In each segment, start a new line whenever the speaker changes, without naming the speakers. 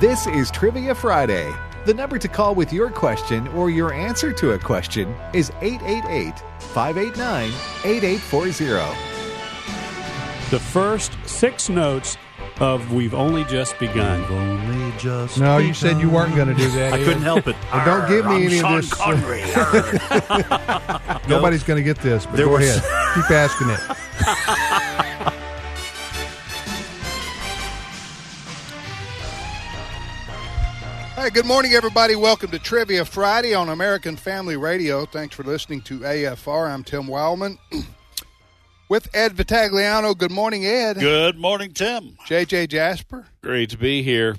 This is Trivia Friday. The number to call with your question or your answer to a question is 888 589 8840.
The first six notes of We've Only Just Begun.
Only just.
No, you said you weren't going to do that.
I couldn't help it.
Well, don't give me
I'm
any of
Sean
this.
Connery. Arr.
Nobody's going to get this, but
There
go
was-
ahead. Keep asking it.
Hey, good morning, everybody. Welcome to Trivia Friday on American Family Radio. Thanks for listening to AFR. I'm Tim Wildman with Ed Vitagliano. Good morning, Ed.
Good morning, Tim.
JJ Jasper.
Great to be here.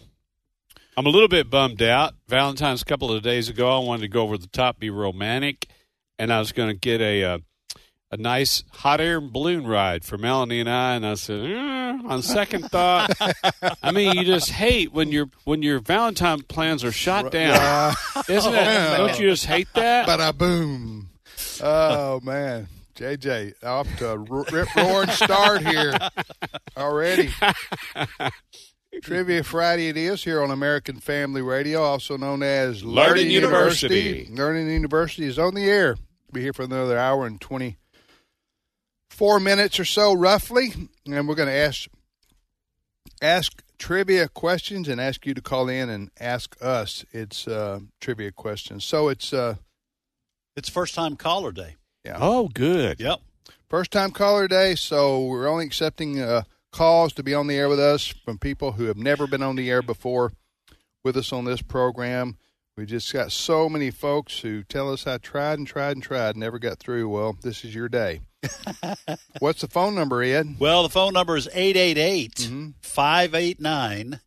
I'm a little bit bummed out. Valentine's a couple of days ago, I wanted to go over the top, be romantic, and I was going to get a uh, a nice hot air balloon ride for Melanie and I. And I said, "Eh, on second thought, I mean, you just hate when your when your Valentine plans are shot down,
Uh,
isn't it?
man.
Don't you just hate that?
but I boom. Oh man, JJ, off to a ro- rip roaring start here already. Trivia Friday it is here on American Family Radio, also known as
Learning University.
Learning University is on the air. Be here for another hour and twenty four minutes or so, roughly, and we're going to ask ask trivia questions and ask you to call in and ask us. It's uh, trivia questions, so it's. Uh,
it's first time caller day.
Oh, good.
Yep.
First time caller day, so we're only accepting uh, calls to be on the air with us from people who have never been on the air before with us on this program. We just got so many folks who tell us I tried and tried and tried, never got through. Well, this is your day. What's the phone number, Ed?
Well, the phone number is
Mm-hmm.
888 589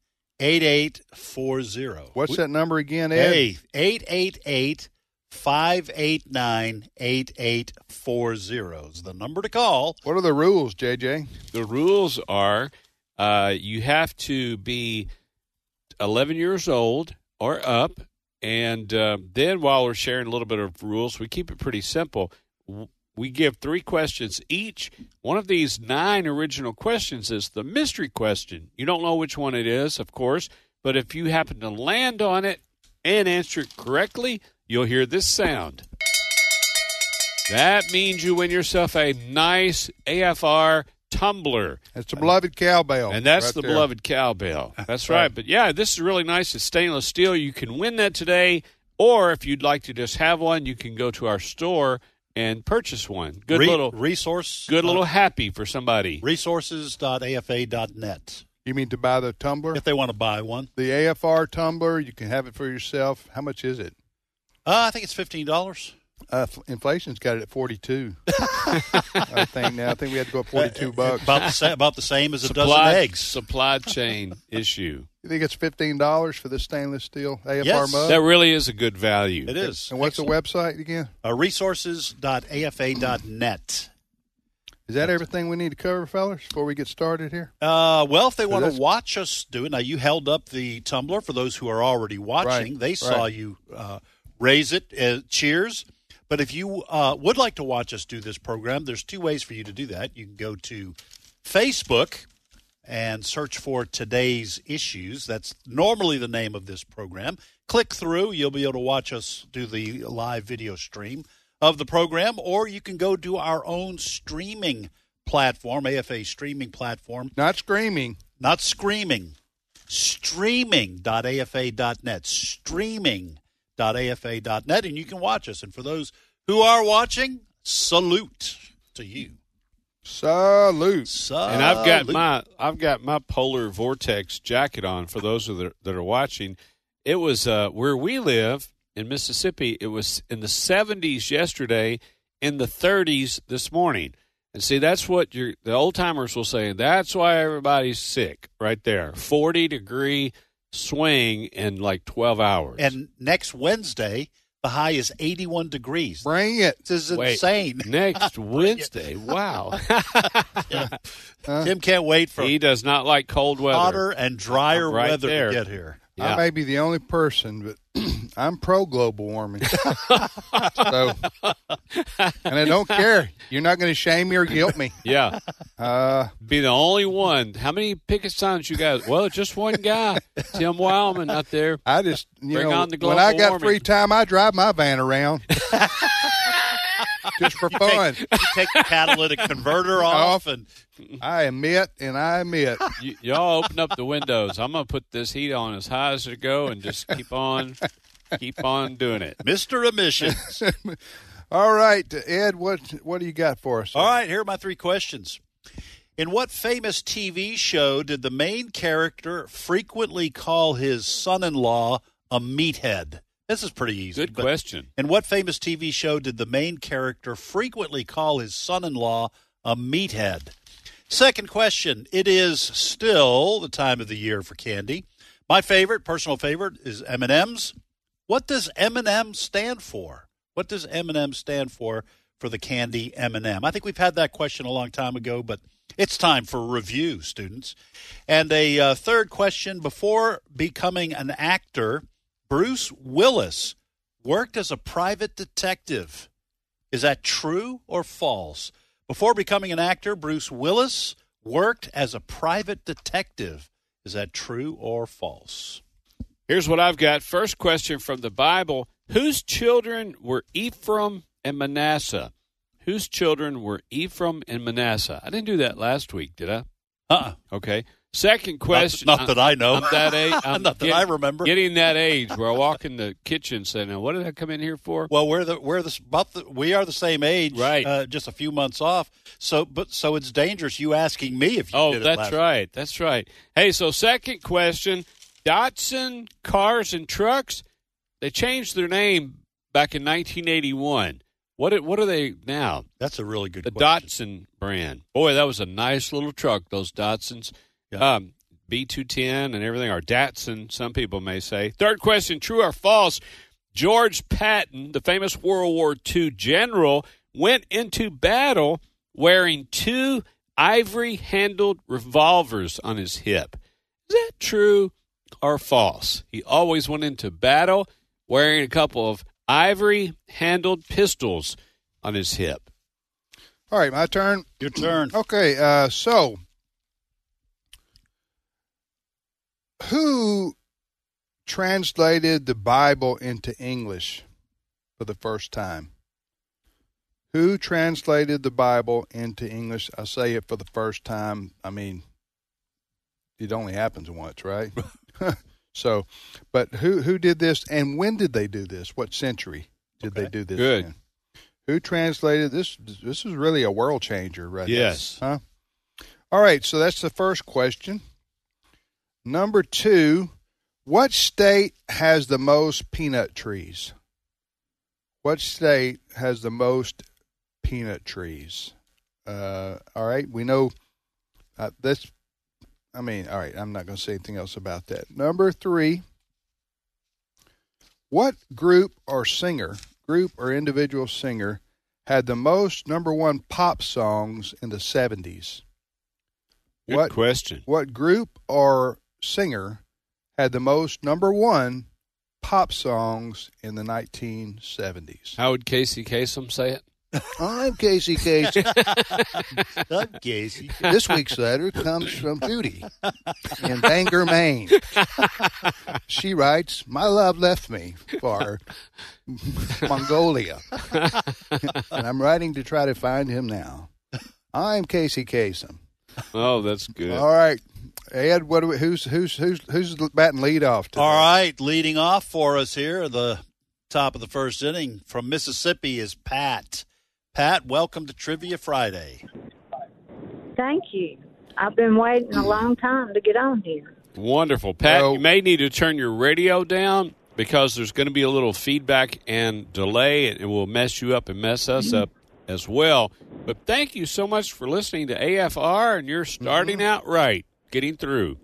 8840.
What's that number again, Ed?
Hey, 888 589 8840 is the number to call.
What are the rules, JJ?
the rules are uh, you have to be 11 years old or up. And uh, then while we're sharing a little bit of rules, we keep it pretty simple. W- We give three questions each. One of these nine original questions is the mystery question. You don't know which one it is, of course, but if you happen to land on it and answer it correctly, you'll hear this sound. That means you win yourself a nice AFR tumbler.
It's the beloved
Oh,
cowbell.
And that's
right
the
there.
beloved cowbell. That's right. But yeah, this is really nice. It's stainless steel. You can win that today. Or if you'd like to just have one, you can go to our store and purchase one. Good
Re-
little
resource.
good little
uh,
happy for somebody.
resources.afa.net
You mean to buy the tumbler?
if they want to buy one.
The AFR tumbler, you can have it for yourself. How much is it?
Uh, I think it's $15.
Uh, f- inflation's got it at forty-two. I think now. I think we had to go up forty-two bucks.
Uh, About the, sa- about the same as a
Supply,
dozen eggs.
supply chain issue.
You think it's fifteen dollars for this stainless steel AFR
Yes.
mug?
That really is a good value.
It is.
and what's the website again?
Uh, resources.afa.net.
Is that everything we need to cover, fellas, before we get started here?
Uh, well, if they want
that's-
to watch us do it, now you held up the tumbler for those who are already watching.
Right,
they saw
right.
you uh, raise it, uh, cheers. But if you uh, would like to watch us do this program, there's two ways for you to do that. You can go to Facebook and search for today's issues. That's normally the name of this program. Click through, you'll be able to watch us do the live video stream of the program, or you can go to our own streaming platform, AFA streaming platform
Not screaming.
not screaming, streaming.afa.net, streaming.afa.net, and you can watch us. And for those who are watching, salute to you.
Salute.
Salute.
and I've got my I've got my polar vortex jacket on for those that are, that are watching. It was uh, where we live in Mississippi. It was in the 70s yesterday, in the 30s this morning. And see, that's what your the old timers will say. That's why everybody's sick right there. 40 degree swing in like 12 hours.
And next Wednesday, the high is 81 degrees.
Bring it.
This is
Wait,
insane.
next Wednesday. Wow,
Tim can't wait for
he does not like cold weather.
hotter and drier
I'm right
weather
there.
to get here.
I
Yeah.
may be the only person, but I'm pro global warming. so, and I don't care. You're not going to shame me or guilt me.
Yeah,
Uh,
be the only one. How many picket signs you guys? Well, just one guy, Tim Wildman, out there.
I just, you
Bring
know,
on the
when I
global
got
warming.
free time, I drive my van around just for fun.
Take, you take the catalytic converter off, and
I admit, and I admit.
Y- y'all open up the windows. I'm gonna put this heat on as high as it go, and just keep on, keep on doing it.
Mr. Emissions.
All right, Ed, what what do you got for us?
All right, here are my three questions. In what famous TV show did the main character frequently call his son in law a meathead? This is pretty easy.
Good
but-
question.
In what famous TV show did the main character frequently call his son in law a meathead? Second question It is still the time of the year for candy. My favorite, personal favorite, is M&M's. What does M&M stand for? What does M&M stand for for the candy M&M? I think we've had that question a long time ago, but it's time for review, students. And a uh, third question before becoming an actor, Bruce Willis worked as a private detective. Is that true or false? Before becoming an actor, Bruce Willis worked as a private detective. Is that true or false?
Here's what I've got. First question from the Bible: Whose children were Ephraim and Manasseh? Whose children were Ephraim and Manasseh? I didn't do that last week, did I?
Uh-uh.
Okay. Second question.
not that I know.
I'm that age. I'm
Not that I remember.
Getting that age where I walk in the kitchen saying, "Now, what did I come in here for?"
Well, we're the we're the, about the we are the same age,
Right.
Uh, just a few months off. So, but so it's dangerous you asking me if you
Oh,
did it
that's
last-
right. That's right. Hey, so second question Datsun cars and trucks, they changed their name back in 1981. What are- what are they now?
That's a really good
The Datsun
question.
brand. Boy, that was a nice little truck, those Datsuns.
Yeah.
Um, B210 and everything, or Datsun, some people may say. Third question true or false? George Patton, the famous World War II general, went into battle wearing two ivory handled revolvers on his hip. Is that true or false? He always went into battle wearing a couple of ivory handled pistols on his hip.
All right, my turn.
Your turn.
Okay, uh, so who translated the Bible into English for the first time? Who translated the Bible into English? I say it for the first time. I mean, it only happens once, right? so, but who who did this and when did they do this? What century did they
Okay.
do this?
Good.
in? Who translated this? This is really a world changer, right? here.
Yes.
Huh? All right, so that's the first question. Number two, what state has the most peanut trees? What state has the most peanut trees? Uh, all right, we know uh, that's. I mean, all right, I'm not going to say anything else about that. Number three, what group or singer, group or individual singer, had the most number one pop songs in the 70s?
Good
What-
question.
What group or singer had the most number one pop songs in the 1970s?
How would Casey Kasem say it?
I'm Casey Casey.
Doug Gacy.
this week's letter comes from Judy in Bangor, Maine. She writes, My love left me for Mongolia, and I'm writing to try to find him now. I'm Casey Kasem.
Oh, that's good.
All right, Ed. What? Do we, who's who's who's who's batting lead off? Today?
All right, leading off for us here, the top of the first inning from Mississippi is Pat. Pat, welcome to Trivia Friday.
Thank you. I've been waiting a long time to get on here.
Wonderful. Pat,
Well-
you may need to turn your radio down because there's going to be a little feedback and delay, and it will mess you up and mess us up as well. But thank you so much for listening to AFR, and you're
Mm-hmm.
starting out right, getting through.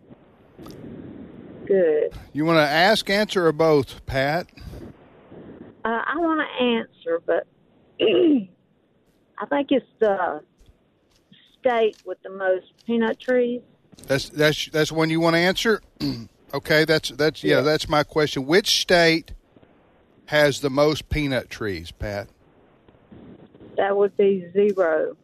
Good.
You want to ask, answer, or both, Pat?
Uh, I want to answer, but I think it's the state with the most peanut trees.
That's that's that's one you want to answer. okay, that's that's yeah, that's my question. Which state has the most peanut trees, Pat?
That would be zero.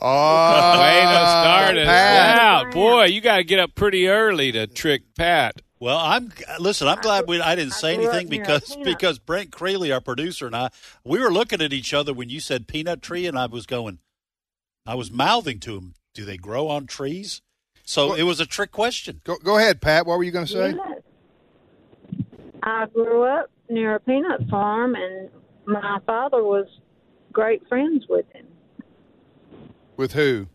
Oh,
Way to start it.
Pat.
Wow, boy, you got to get up pretty early to trick Pat.
Well, I'm listen. I'm glad we I didn't
I
say
grew up
anything
near a
because
peanut.
because Brent Crayley, our producer, and I we were looking at each other when you said peanut tree, and I was going, I was mouthing to him, "Do they grow on trees?" So it was a trick question.
Go, go ahead, Pat. What were you going to say?
Yes. I grew up near a peanut farm, and my father was great friends with him.
With who?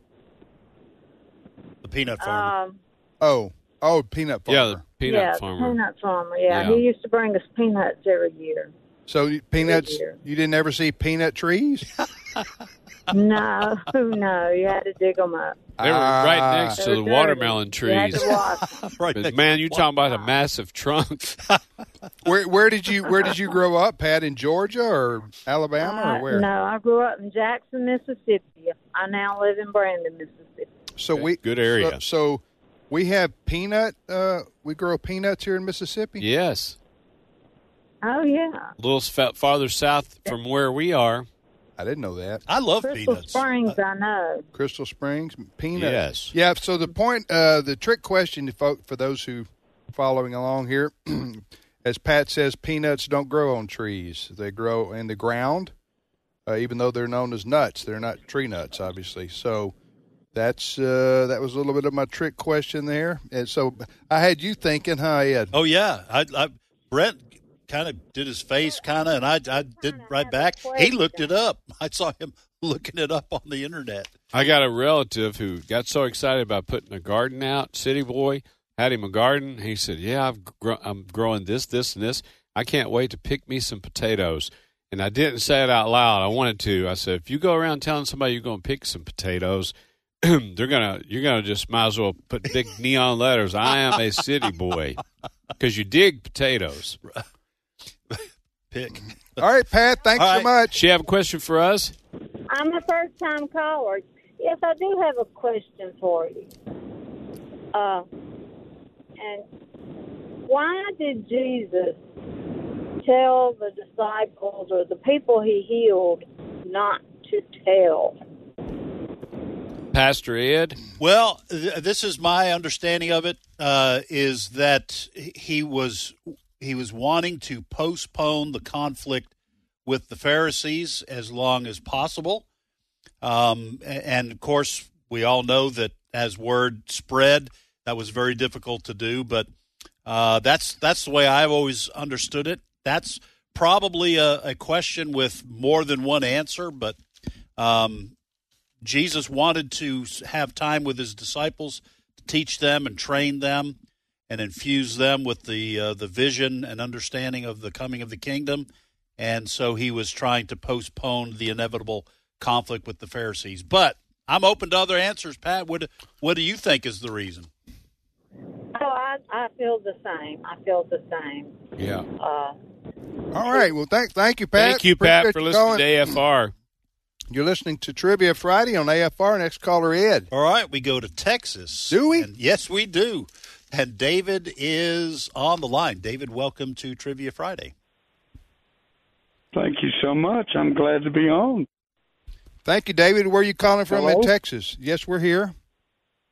The peanut farmer.
Um,
Oh, oh, peanut farmer.
Yeah, the peanut
yeah, the
farmer.
peanut farmer. Yeah.
Yeah.
he used to bring us peanuts every year.
So you- peanuts.
dear.
You didn't ever see peanut trees?
no, no, you had to dig them up.
They were right
Ah.
next to
They're
the
dirty.
watermelon
You had
trees.
to wash 'em.
right.
But
next-
man, you're talking about a massive trunk.
Where where did you where did you grow up, Pat? In Georgia or Alabama
Uh,
or where?
No, I grew up in Jackson, Mississippi. I now live in Brandon, Mississippi.
So we
Good area.
So, so we have peanut. Uh, we grow peanuts here in Mississippi.
yes.
Oh yeah,
A little fa- farther south from where we are.
I didn't know that.
I love
Crystal
peanuts.
Springs. I know.
Crystal Springs peanut.
Yes.
Yeah. So the point, uh, the trick question, for, for those who following along here, as Pat says, peanuts don't grow on trees; they grow in the ground. Uh, even though they're known as nuts, they're not tree nuts, obviously. So that's uh, that was a little bit of my trick question there. And so I had you thinking, huh, Ed?
Oh yeah, I, I Brent kind of did his face, kind of, and I I did right back. He looked it up. I saw him looking it up on the internet.
I got a relative who got so excited about putting a garden out, city boy, had him a garden. He said, Yeah, I've gr- I'm growing this, this, and this. I can't wait to pick me some potatoes. And I didn't say it out loud. I wanted to. I said, If you go around telling somebody you're going to pick some potatoes, they're gonna you're gonna just might as well put big neon letters. I am a city boy because you dig potatoes.
Pick.
All right, Pat. Thanks
All
so
right.
much.
She have a question for us?
I'm a first time caller. Yes, I do have a question for you. Uh, and why did Jesus tell the disciples or the people he healed not to tell?
Pastor Ed.
Well, th- this is my understanding of it uh, is that he was he was wanting to postpone the conflict with the Pharisees as long as possible, um, a- and of course we all know that as word spread, that was very difficult to do. But uh, that's that's the way I've always understood it. That's probably a, a question with more than one answer, but um, Jesus wanted to s- have time with his disciples to teach them and train them and infuse them with the uh, the vision and understanding of the coming of the kingdom and so he was trying to postpone the inevitable conflict with the Pharisees but I'm open to other answers Pat what what do you think is the reason
Oh, I, I feel the same. I feel the same.
Yeah.
Uh,
All right. Well, thank thank you, Pat.
Thank you, Pat,
Appreciate
for
you
listening
calling.
to AFR.
You're listening to Trivia Friday on AFR. Next caller, Ed.
all right we go to Texas
Do we?
And yes we do and David is on the line David welcome to Trivia Friday
Thank you so much. I'm glad to be on.
Thank you, David. Where are you calling from in
Hello?
Texas? Yes, we're here.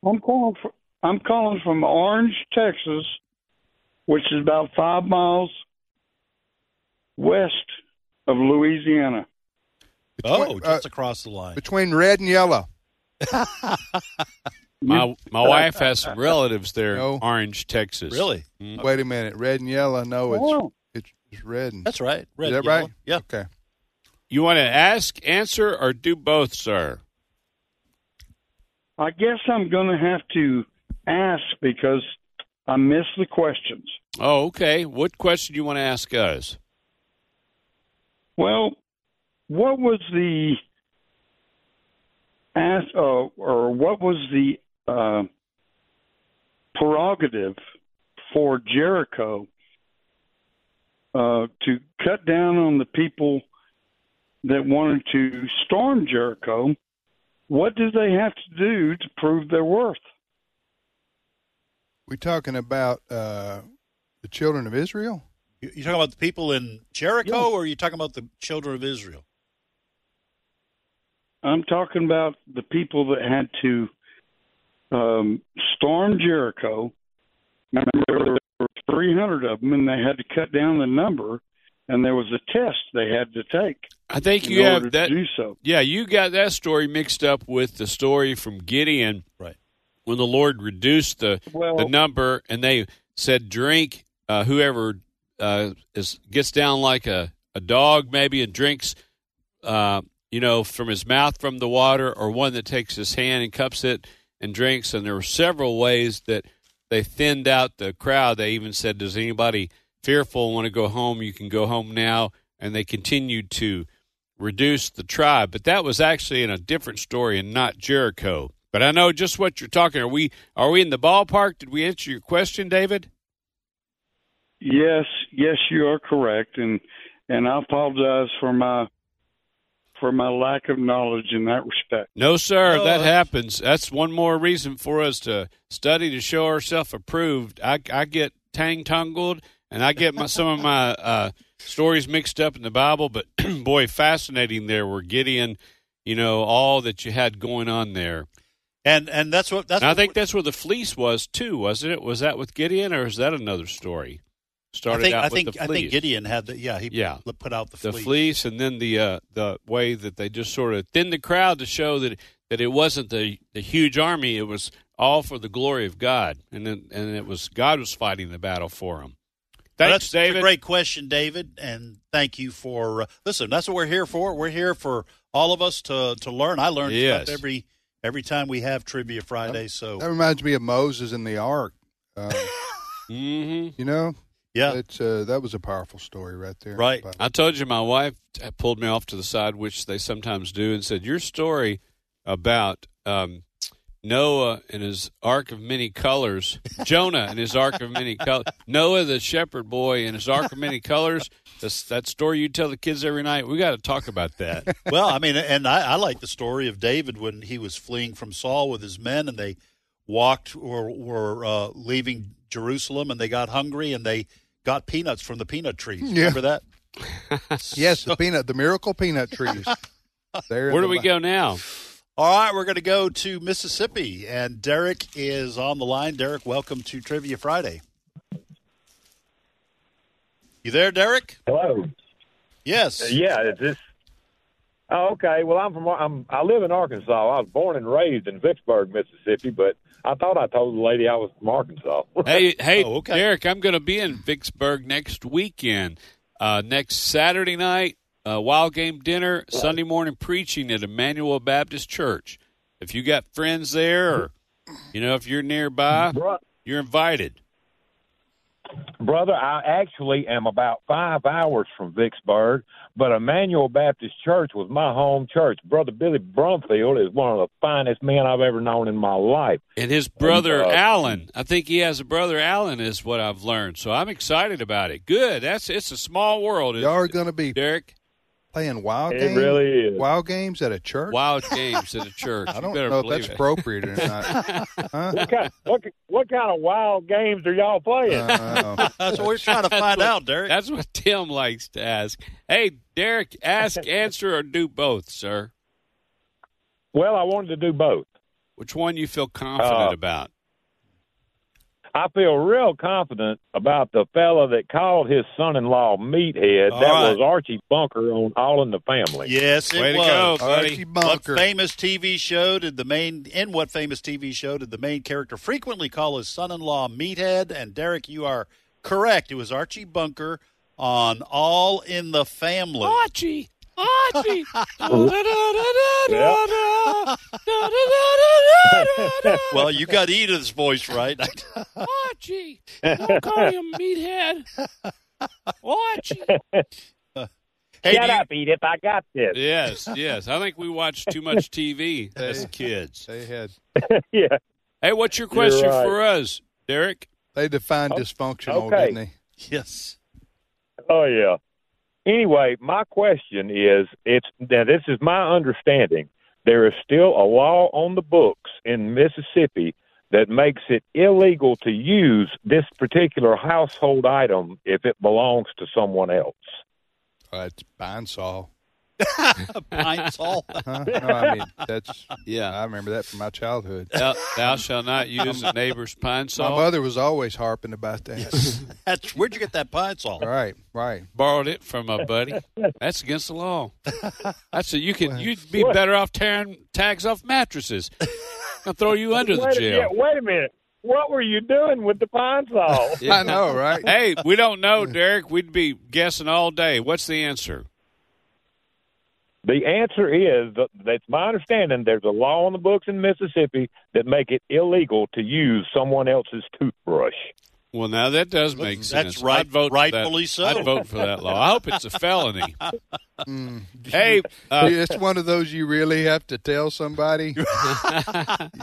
I'm calling from I'm calling from Orange, Texas, which is about five miles west of Louisiana.
oh
uh,
just across the line
Between red and yellow.
My my wife has some relatives there,
No.
in Orange, Texas.
really
Mm-hmm.
Wait a minute. Red and yellow. No, it's
Oh.
it's, it's red. And,
That's right. Red,
is that
yellow.
right?
Yeah.
Okay.
You want to ask, answer, or do both, sir?
I guess I'm going to have to ask because I missed the questions.
Oh, okay. What question do you want to ask us?
Well, what was the as uh, or what was the uh, prerogative for Jericho uh, to cut down on the people that wanted to storm Jericho? What did they have to do to prove their worth?
We're talking about uh, the children of Israel.
You, you talking about the people in Jericho,
Yeah.
or are you talking about the children of Israel?
I'm talking about the people that had to um, storm Jericho. I remember there were 300 of them, and they had to cut down the number, and there was a test they had to take
I think
in
you
order
have that.
to do so.
Yeah, you got that story mixed up with the story from Gideon
Right.
when the Lord reduced the
Well-
the number, and they said, "Drink uh, whoever uh, is gets down like a, a dog, maybe, and drinks, uh, you know, from his mouth from the water, or one that takes his hand and cups it and drinks." And there were several ways that they thinned out the crowd. They even said, "Does anybody fearful and want to go home? You can go home now." And they continued to reduce the tribe, but that was actually in a different story and not Jericho. But I know just what you're talking. Are we are we in the ballpark? Did we answer your question, David?
Yes, yes, you are correct, and and I apologize for my for my lack of knowledge in that respect.
No, sir.
No,
that
that's-
happens. That's one more reason for us to study to show ourselves approved. I, I get tang tungled, and I get my, some of my uh, stories mixed up in the Bible. But boy, fascinating there where Gideon, you know, all that you had going on there.
And and that's what that's.
And I
what
think that's where the fleece was too, wasn't it? Was that with Gideon, or is that another story?
I
Started
think
out
I
with
think,
the
I
fleece.
think Gideon had the yeah he
Yeah.
put out the
the
fleece.
fleece. and then the uh, the way that they just sort of thinned the crowd to show that that it wasn't the, the huge army; it was all for the glory of God, and then, and it was God was fighting the battle for him.
Well,
Thanks,
that's
David.
A great question, David, and thank you for uh, listen. That's what we're here for. We're here for all of us to to learn. I learn
Yes.
stuff every every time we have Trivia Friday. So
That reminds me of Moses in the Ark. Um,
hmm
you know,
yeah,
it's uh, that was a powerful story right there.
Right.
But
I told you my wife t- pulled me off to the side, which they sometimes do, and said, "Your story about um, Noah and his ark of many colors, Jonah and his ark of many colors, Noah the shepherd boy and his ark of many colors." That's, that story you tell the kids every night. We got to talk about that.
well, I mean, and I, I like the story of David when he was fleeing from Saul with his men, and they walked or were uh, leaving Jerusalem, and they got hungry, and they got peanuts from the peanut trees.
Yeah.
Remember that?
Yes, the peanut, the miracle peanut trees. There in
Where do
the
we
Bi-
go now?
All right, we're going to go to Mississippi, and Derek is on the line. Derek, welcome to Trivia Friday. You there, Derek?
Hello.
Yes.
Yeah, is this? Oh, okay. Well, I'm from. I'm, I live in Arkansas. I was born and raised in Vicksburg, Mississippi, but I thought I told the lady I was from Arkansas.
Hey, hey,
Oh, okay.
Derek, I'm going to be in Vicksburg next weekend. Uh, next Saturday night, uh, wild game dinner, Sunday morning preaching at Emmanuel Baptist Church. If you got friends there, or you know, if you're nearby,
Bro-
you're invited.
Brother, I actually am about five hours from Vicksburg, but Emmanuel Baptist Church was my home church. Brother Billy Brumfield is one of the finest men I've ever known in my life.
And his brother
And, uh,
Alan, I think he has a brother Alan, is what I've learned. So I'm excited about it. Good. That's it's a small world.
Y'all are going to be
Derek.
playing wild
It
games.
really is.
Wild games at a church.
Wild games at a church.
I
You
don't
better
know if
believe
that's
it.
appropriate or not. huh?
What kind, what, what kind of wild games are y'all playing?
Uh,
That's what we're trying to
That's
find
what-
out, Derek.
That's what Tim likes to ask. Hey, Derek, ask, answer, or do both, sir.
Well, I wanted to do both.
Which one you feel confident
Uh,
about?
I feel real confident about the fella that called his son-in-law Meathead.
All
that
right.
was Archie Bunker on All in the Family.
Yes, it
Way to
was.
go,
Archie
buddy.
What
Bunker.
famous TV show did the main in what famous TV show did the main character frequently call his son-in-law Meathead? And Derek, you are correct. It was Archie Bunker on All in the Family.
Archie. Archie.
Well, you got Edith's voice right.
Archie. Don't call him meathead. Archie.
hey, do
Shut
you-
up, Edith. I got this.
Yes, yes. I think we watched too much TV as kids.
they had
yeah.
Hey, what's your question
right. Oh,
for us, Derek?
they defined dysfunctional,
okay.
didn't they?
yes.
Oh yeah. Anyway, my question is: It's now this is my understanding. There is still a law on the books in Mississippi that makes it illegal to use this particular household item if it belongs to someone else.
Uh, it's Bindsaw.
Pine Sol.
Huh? No, I mean that's.
Yeah.
I remember that from my childhood.
Thou, thou shalt not use the neighbor's pine
My
saw.
mother was always harping about that.
That's where'd you get that Pine Sol?
right, right.
Borrowed it from a buddy. That's against the law. That's a, you could you'd be better off tearing tags off mattresses. I'll throw you under the
Wait a, yeah,
jail.
wait a minute. What were you doing with the pine saw?
Yeah.
I know, right?
Hey, we don't know, Derek. We'd be guessing all day. What's the answer?
The answer is that- that's my understanding. There's a law on the books in Mississippi that make it illegal to use someone else's toothbrush.
Well, now that does make
That's
sense.
right-
I'd vote for that.
rightfully so.
I'd vote for that law. I hope it's a felony. Hey, uh,
it's one of those you really have to tell somebody.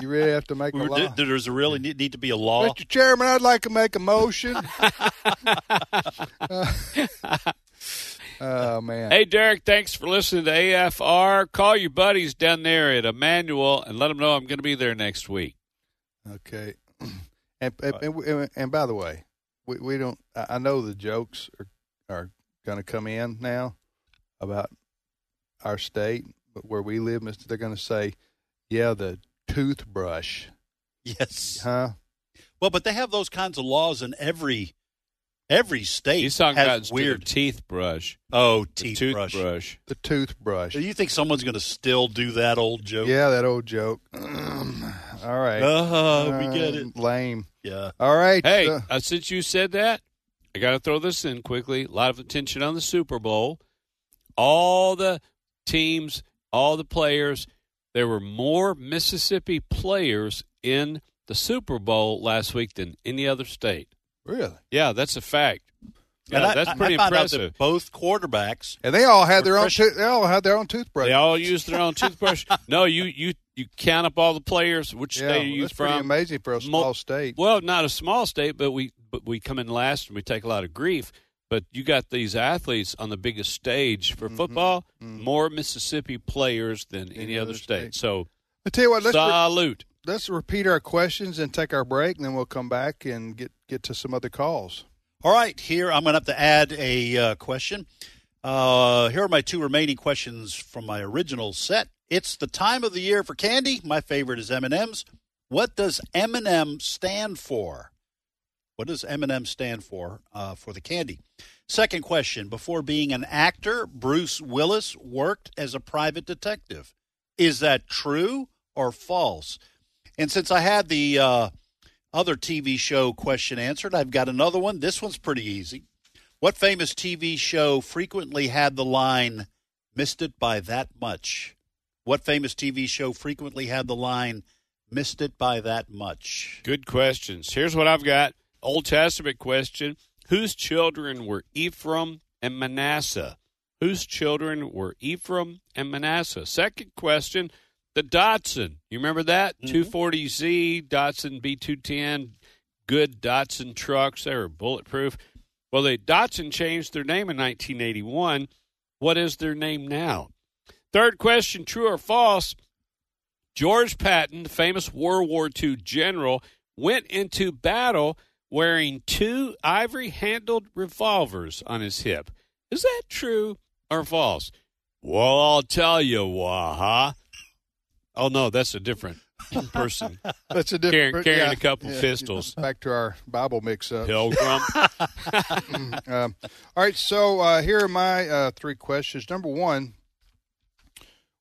you really have to make a
We were-
law.
did- There's really need, need to be a law.
Mr. Chairman, I'd like to make a motion. Uh, oh man,
hey, Derek. Thanks for listening to AFR. Call your buddies down there at Emmanuel and let them know I'm going to be there next week.
okay. And and, and and by the way, we, we don't. I I know the jokes are are going to come in now about our state, but where we live, Mister, they're going to say, "Yeah, the toothbrush,
Yes.
huh?"
Well, but they have those kinds of laws in every every state.
He's talking
has
about instead of
weird.
teeth brush,
oh,
the
toothbrush.
toothbrush.
The toothbrush.
Do you think someone's going to still do that old joke?
Yeah, that old joke. All right.
Uh, we get it.
Um, Lame.
Yeah.
All right.
Hey,
uh,
uh, since you said that, I got to throw this in quickly. A lot of attention on the Super Bowl. All the teams, all the players. There were more Mississippi players in the Super Bowl last week than any other state.
really?
Yeah, that's a fact. Yeah,
I-
that's
I-
pretty
I found out that
impressive.
both quarterbacks
And they all had their own.
Refreshing.
tooth they all had their own toothbrush.
They all use their own toothbrush. No, you you you count up all the players. Which
yeah,
state are you
that's pretty
from?
amazing for a
Mo-
small state.
Well, not a small state, but we but we come in last and we take a lot of grief. But you got these athletes on the biggest stage
Mm-hmm.
for football, more Mississippi players than any, other state. So
I tell you what, let's re-
salute.
let's repeat our questions and take our break, and then we'll come back and get get to some other calls.
All right, here I'm going to have to add a uh, question. Uh, here are my two remaining questions from my original set. It's the time of the year for candy. My favorite is M&M's. What does M&M stand for? What does M&M stand for uh, for the candy? Second question: Before being an actor, Bruce Willis worked as a private detective. Is that true or false? And since I had the uh, other TV show question answered. I've got another one. This one's pretty easy. What famous TV show frequently had the line, missed it by that much? What famous TV show frequently had the line, missed it by that much?
Good questions. Here's what I've got: Old Testament question. Whose children were Ephraim and Manasseh? Whose children were Ephraim and Manasseh? Second question: The Datsun. You remember that 240Z Datsun B210, good Datsun trucks. They were bulletproof. Well, the Datsun changed their name in 1981. What is their name now? Third question: True or false? George Patton, the famous World War II general, went into battle wearing two ivory handled revolvers on his hip. Is that true or false? Well, I'll tell you, Waha. Oh, no, that's a different person.
That's a
Carrying-
different
carrying a couple pistols.
Back to our Bible mix-up.
Pilgrim.
um, all right, so uh, here are my uh, three questions. Number one,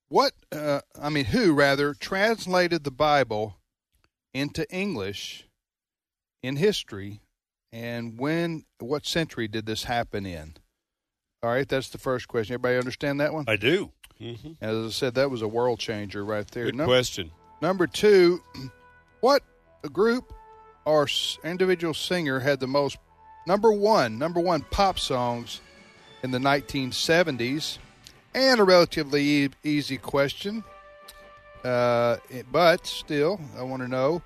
what uh, I mean, who rather translated the Bible into English in history, and when? What century did this happen in? All right, that's the first question. Everybody understand that one?
I do.
Mhm.
As I said, that was a world changer right there.
Good
Number-
question.
Number two, what group or s- individual singer had the most number one, number one pop songs in the 1970s? And a relatively e- easy question, uh, it- but still, I want to know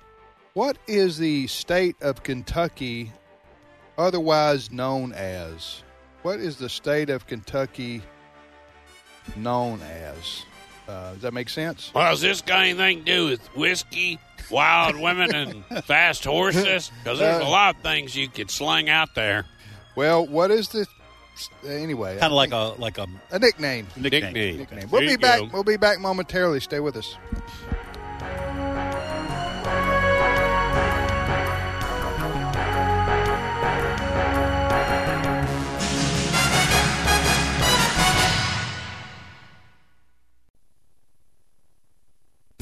what is the state of Kentucky otherwise known as? What is the state of Kentucky known as? Uh, does that make sense?
Well, does this got anything to do with whiskey, wild women, and fast horses? Because
Uh,
there's a lot of things you could sling out there.
Well, what is the anyway?
Kind of like a like a
a nickname.
nickname.
Nickname.
nickname.
There
We'll
you
be back.
go.
We'll be back momentarily. Stay with us.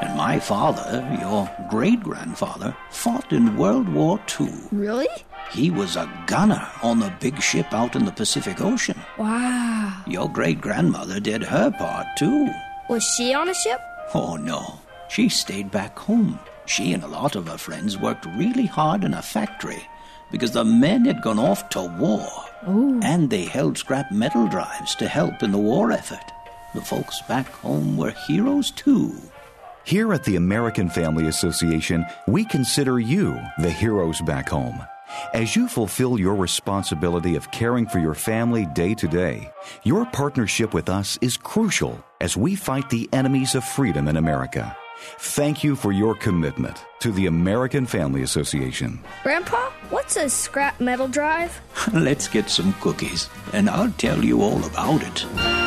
And my father, your great grandfather, fought in World War II.
Really?
He was a gunner on the big ship out in the Pacific Ocean.
Wow.
Your great grandmother did her part, too.
Was she on a ship?
Oh, no. She stayed back home. She and a lot of her friends worked really hard in a factory because the men had gone off to war. And they held scrap metal drives to help in the war effort. The folks back home were heroes, too.
Here at the American Family Association, we consider you the heroes back home. As you fulfill your responsibility of caring for your family day to day, your partnership with us is crucial as we fight the enemies of freedom in America. Thank you for your commitment to the American Family Association.
Grandpa, what's a scrap metal drive?
Let's get some cookies, and I'll tell you all about it.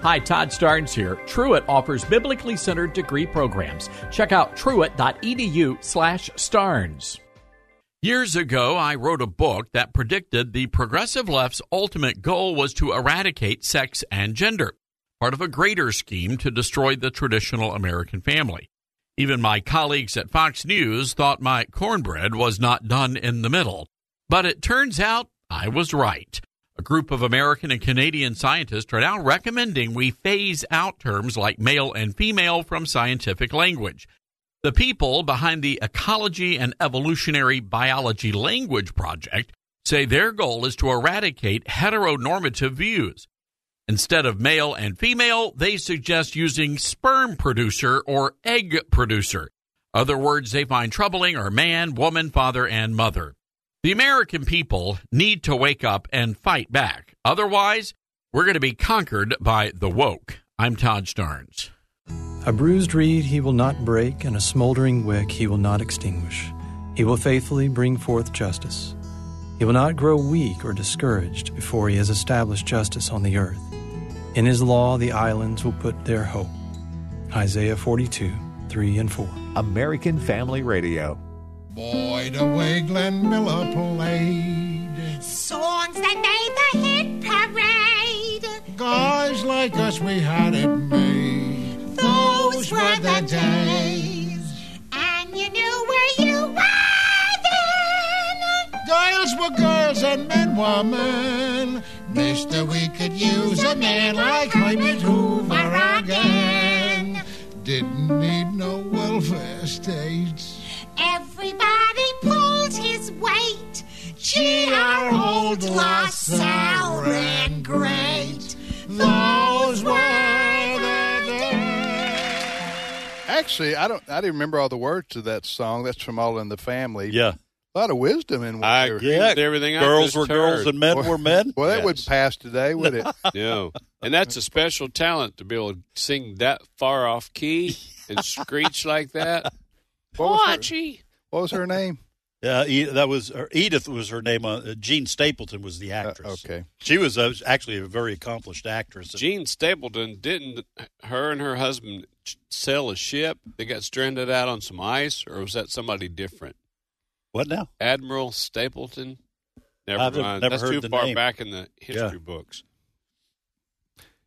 Hi, Todd Starnes here. Truett offers biblically centered degree programs. Check out truett.edu slash starnes.
Years ago, I wrote a book that predicted the progressive left's ultimate goal was to eradicate sex and gender, part of a greater scheme to destroy the traditional American family. Even my colleagues at Fox News thought my cornbread was not done in the middle. But it turns out I was right. A group of American and Canadian scientists are now recommending we phase out terms like male and female from scientific language. The people behind the Ecology and Evolutionary Biology Language Project say their goal is to eradicate heteronormative views. Instead of male and female, they suggest using sperm producer or egg producer. Other words they find troubling are man, woman, father, and mother. The American people need to wake up and fight back. Otherwise, we're going to be conquered by the woke. I'm Todd Starnes.
A bruised reed he will not break, and a smoldering wick he will not extinguish. He will faithfully bring forth justice. He will not grow weak or discouraged before he has established justice on the earth. In his law, the islands will put their hope. Isaiah 42, 3 and 4.
American Family Radio.
Boy, the way Glenn Miller played.
Songs that made the hit parade.
Guys like us, we had it made. Those were the days.
And you knew where you were then.
Girls were girls and men were men. Mister, we could use a man like Herbert Hoover again. Didn't need no welfare states.
Everybody pulled his weight. G.R. Old LaSalle ran great.
Those were the
Actually, I don't. I didn't remember all the words to that song. That's from All in the Family.
Yeah.
A lot of wisdom in what
I
they were-
agree with everything I
Girls
just
were girls
heard.
and men were men.
Well, that wouldn't pass today, would it?
No. And that's a special talent to be able to sing that far off key and screech like that.
What was her-
Archie.
What was her name?
Uh, E- that was or Edith was her name. Uh, Jean Stapleton was the actress.
Uh, okay.
she was uh, actually a very accomplished actress.
Gene Stapleton didn't her and her husband sell a ship? They got stranded out on some ice, or was that somebody different?
What now?
Admiral Stapleton. Never
I've
mind.
never
That's
heard
too
the
far
name.
back in the history
Yeah.
books.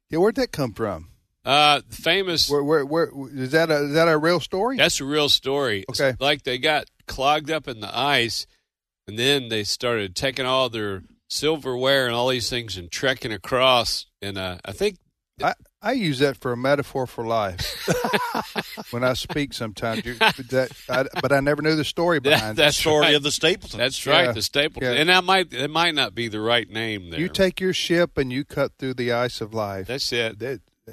Yeah, where'd that come from?
Uh, famous.
Where, where, where is that? A, is that a real story?
That's a real story. It's
Okay.
like they got clogged up in the ice, and then they started taking all their silverware and all these things and trekking across. And uh, I think
I, I use that for a metaphor for life when I speak sometimes. You, that, I, but I never knew the story behind it.
that's right.
Stapleton.
That's right,
Yeah.
the Stapleton.
Yeah.
And that might that might not be the right name there.
You take your ship and you cut through the ice of life.
That's it.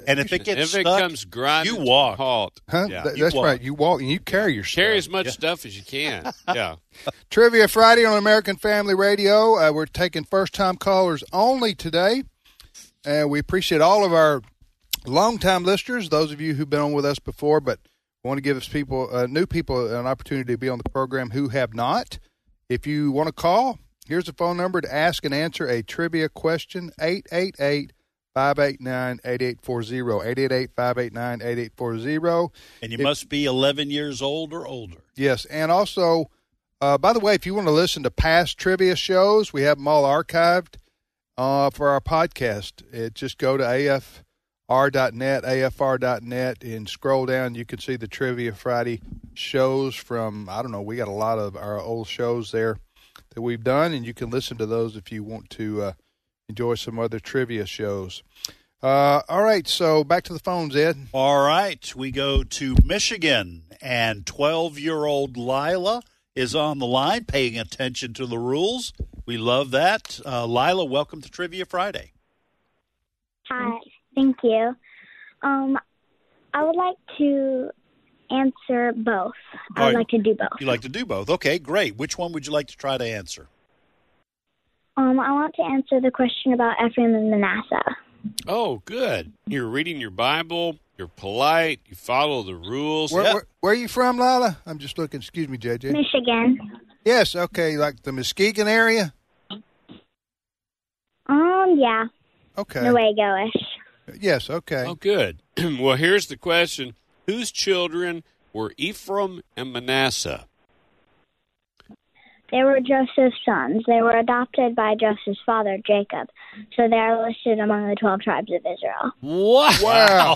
and if it gets
if it
stuck,
comes grinding,
you walk.
Halt.
Huh?
Yeah.
Th-
You
that's
walk.
right. You walk and you carry your ship.
Carry as much stuff as you can. Yeah.
Trivia Friday on American Family Radio. Uh, we're taking first time callers only today. And we appreciate all of our longtime listeners, those of you who've been on with us before, but want to give us people, uh, new people, an opportunity to be on the program who have not. If you want to call, here's the phone number to ask and answer a trivia question 888 589 8840. 888 589 8840.
and you must be 11 years old or older.
Yes, and also, uh, by the way, if you want to listen to past trivia shows, we have them all archived uh, for our podcast. It just go to afr.net, afr.net, and scroll down. You can see the Trivia Friday shows from I don't know. We got a lot of our old shows there that we've done, and you can listen to those if you want to uh, enjoy some other trivia shows. Uh, all right, so back to the phones, Ed.
All right, we go to Michigan, and 12 year old Lila is on the line paying attention to the rules. We love that. Uh, Lila, welcome to Trivia Friday.
Hi, thank you. Um, I would like to answer both. I would
Alright.
like to do both.
You like to do both? Okay, great. Which one would you like to try to answer?
Um, I want to answer the question about Ephraim and Manasseh.
Oh, good. You're reading your Bible. You're polite. You follow the rules.
Where, where, where are you from, Lila? I'm just looking. Excuse me, JJ.
Michigan.
Yes. Okay. Like the Muskegon area.
Um, yeah,
Okay.
Newaygoish.
Yes. Okay.
Oh, good. well, here's the question: Whose children were Ephraim and Manasseh?
They were Joseph's sons. They were adopted by Joseph's father, Jacob. So they are listed among the 12 tribes of Israel.
What?
Wow.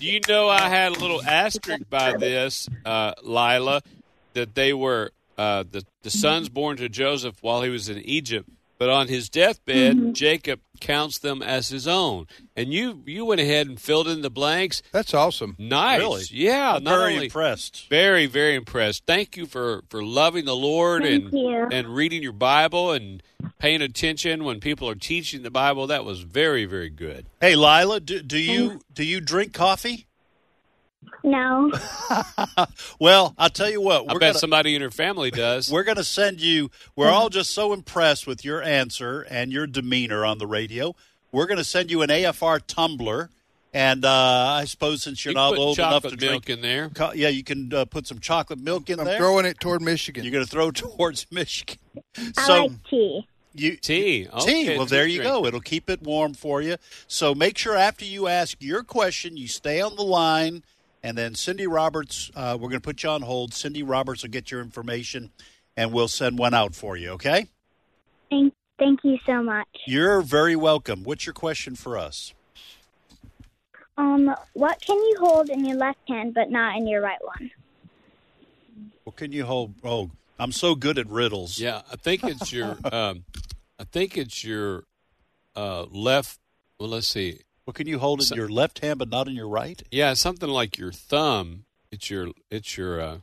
you know, I had a little asterisk by this, uh, Lila, that they were uh, the the sons born to Joseph while he was in Egypt. But on his deathbed,
Mm-hmm.
Jacob counts them as his own. And you you went ahead and filled in the blanks.
That's awesome.
Nice.
Really?
Yeah.
I'm
not
very
only-
impressed.
Very very impressed. Thank you for for loving the Lord
Thank
and
you.
and reading your Bible and paying attention when people are teaching the Bible. That was very very good.
Hey, Lila, do, do you do you drink coffee?
No.
Well, I'll tell you what.
I
We're
bet
gonna,
somebody in her family does.
We're going to send you. We're all just so impressed with your answer and your demeanor on the radio. We're going to send you an AFR tumbler, and uh, I suppose since you're
You
not
put
old enough
chocolate
to
milk
drink
in there,
co- yeah, you can uh, put some chocolate milk in
I'm
there.
throwing it toward Michigan.
You're going to throw towards Michigan.
I
So
like tea.
you
tea,
tea.
Okay,
Well,
tea
there you go.
drinker.
It'll keep it warm for you. So make sure after you ask your question, you stay on the line, and then Cindy Roberts. Uh, we're going to put you on hold. Cindy Roberts will get your information, and we'll send one out for you. Okay.
Thank, thank you so much.
You're very welcome. What's your question for us?
Um, what can you hold in your left hand but not in your right one?
What can you hold? Oh, I'm so good at riddles.
Yeah, I think it's your. um, I think it's your uh, left. Well, let's see.
What can you hold in your left hand but not in your right?
Yeah, something like your thumb. It's your. It's your. Uh,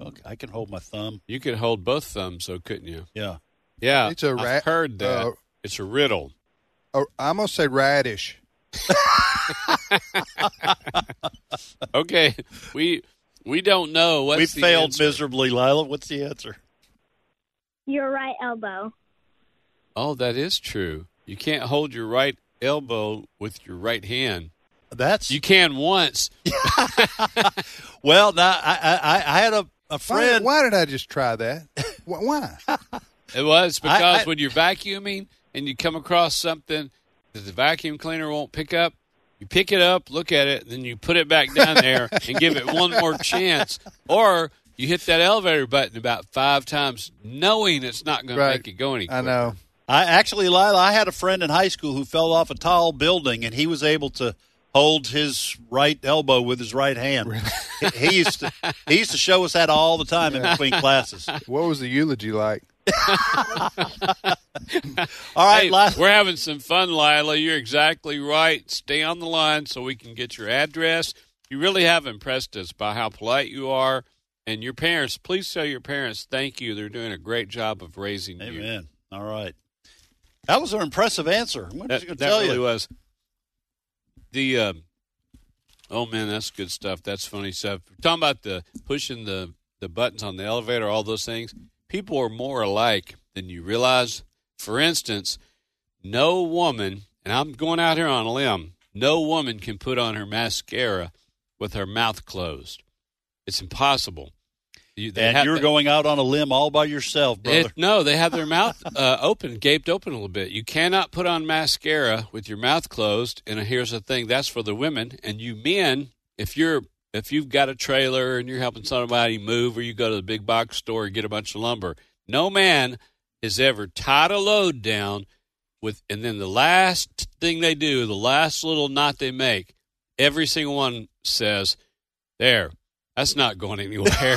Okay, I can hold my thumb.
you could hold both thumbs, though, couldn't you?
Yeah.
Yeah,
It's a
I've
rat-
heard that.
uh,
it's a riddle.
Oh, I'm gonna say radish.
Okay, we we don't know what's
we
the
failed
answer.
miserably, Lila. What's the answer?
Your right elbow.
Oh, that is true. You can't hold your right elbow with your right hand.
That's
you can once.
Well, now I, I, I had a, a
friend. Why, did I just try that? Wh- Why?
It was
I-
because
I-
when you're vacuuming and you come across something that the vacuum cleaner won't pick up, you pick it up, look at it, then you put it back down there and give it one more chance. Or you hit that elevator button about five times, knowing it's not going to make it go any quicker.
know.
I actually, Lila, I had a friend in high school who fell off a tall building, and he was able to hold his right elbow with his right hand. he, he used to he used to show us that all the time in between classes.
What was the eulogy like?
All right,
Hey, we're having some fun, Lila. You're exactly right. Stay on the line so we can get your address. You really have impressed us by how polite you are. And your parents, please tell your parents thank you. They're doing a great job of raising you.
Amen. All right. That was an impressive answer. I'm
That,
just going to
that
tell
really
you.
was. The um, oh man, that's good stuff. That's funny stuff. We're talking about the pushing the the buttons on the elevator, all those things. People are more alike than you realize. For instance, no woman, and I'm going out here on a limb. No woman can put on her mascara with her mouth closed. It's impossible. You, they
and
have
you're
to-
going out on a limb all by yourself, brother.
it- no, they have their mouth uh, open, gaped open a little bit. You cannot put on mascara with your mouth closed. And here's the thing: that's for the women. And you men, if you're if you've got a trailer and you're helping somebody move, or you go to the big box store and get a bunch of lumber, no man has ever tied a load down with. And then the last thing they do, the last little knot they make, every single one says, "There." That's not going anywhere.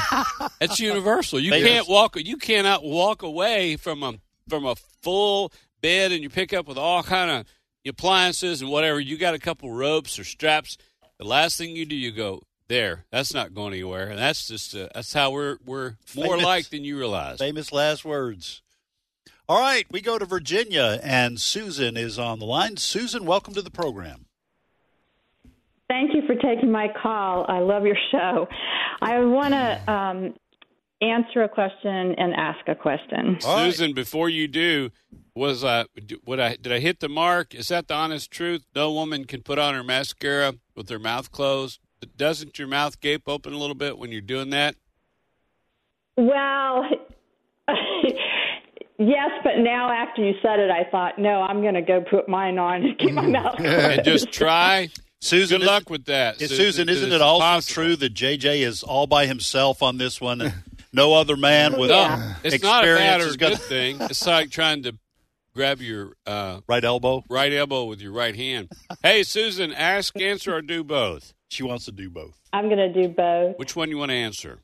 That's universal. You
They
can't
just-
walk. You cannot walk away from a from a full bed and you pick up with all kind of appliances and whatever. You got a couple ropes or straps. The last thing you do, you go there. That's not going anywhere. And that's just uh, that's how we're we're more
Famous.
alike than you realize.
Famous last words. All right, we go to Virginia, and Susan is on the line. Susan, welcome to the program.
Thank you for taking my call. I love your show. I want to um, answer a question and ask a question.
Susan, before you do, was I d- what I did I hit the mark? Is that the honest truth? No woman can put on her mascara with her mouth closed. Doesn't your mouth gape open a little bit when you're doing that?
Well, yes, but now after you said it, I thought, no, I'm going to go put mine on and keep my mouth
and
closed.
just try.
Susan,
good luck with that.
Susan, isn't it also true that JJ is all by himself on this one, and no other man with
No, it's
experience
not a bad or
is gonna-
good thing. It's like trying to grab your uh,
right elbow,
right elbow with your right hand. Hey, Susan, ask, answer, or do both.
She wants to do both.
I'm going to do both.
Which one you want to answer?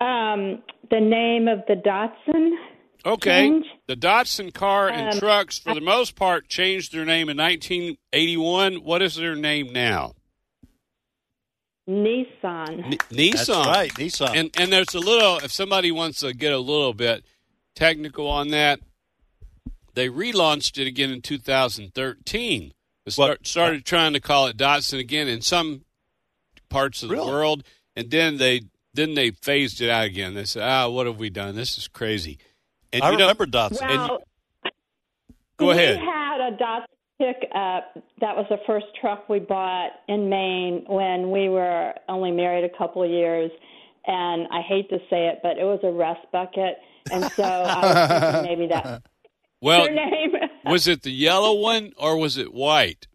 Um, the name of the Datsun.
Okay.
Change?
The Datsun car and
Um,
trucks, for the most part, changed their name in 1981. What is their name now?
Nissan.
Nissan.
That's right, Nissan.
And and there's a little. If somebody wants to get a little bit technical on that, they relaunched it again in 2013. They start, started trying to call it Datsun again in some parts of the world, and then they then they phased it out again. They said, "Ah, what have we done? This is crazy." And
I
you don't-
remember
Datsun.
Well,
go ahead.
We had a Datsun pickup. That was the first truck we bought in Maine when we were only married a couple of years. And I hate to say it, but it was a rust bucket. And so I was thinking maybe that
Well,
their name
was it the yellow one or was it white?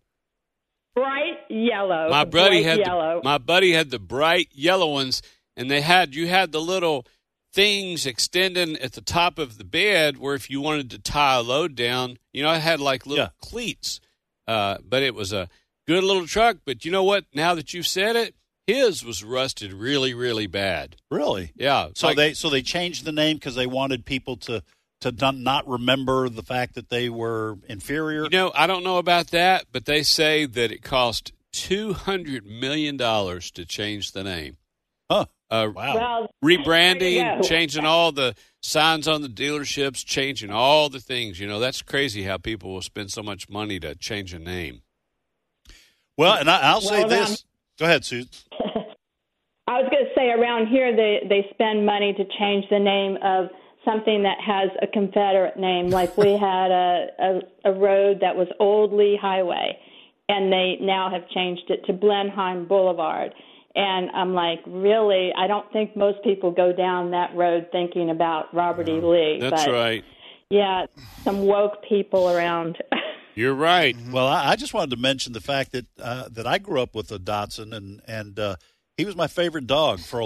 bright yellow.
my buddy
bright
had
Oh, yellow.
The, my buddy had the bright yellow ones, and they had you had the little things extending at the top of the bed where if you wanted to tie a load down, you know, it had like little cleats. Uh, but it was a good little truck. But you know what? Now that you've said it, his was rusted really, really bad.
Really?
Yeah.
So
like-
they so they changed the name because they wanted people to to don- not remember the fact that they were inferior.
You know, I don't know about that, but they say that it cost two hundred million dollars to change the name.
Huh.
Uh,
Wow.
Rebranding,
There you go.
changing all the signs on the dealerships, changing all the things. You know, that's crazy how people will spend so much money to change a name.
Well, and I, I'll say
Well, then-
this. Go ahead, Susan.
I was going to say around here they they spend money to change the name of something that has a Confederate name. Like we had a a, a road that was Old Lee Highway, and they now have changed it to Blenheim Boulevard. And I'm like, really? I don't think most people go down that road thinking about Robert E. Lee.
That's
but
right.
Yeah, some woke people around.
You're right.
Mm-hmm. Well, I, I just wanted to mention the fact that uh, that I grew up with a Dotson, and and uh, he was my favorite dog for a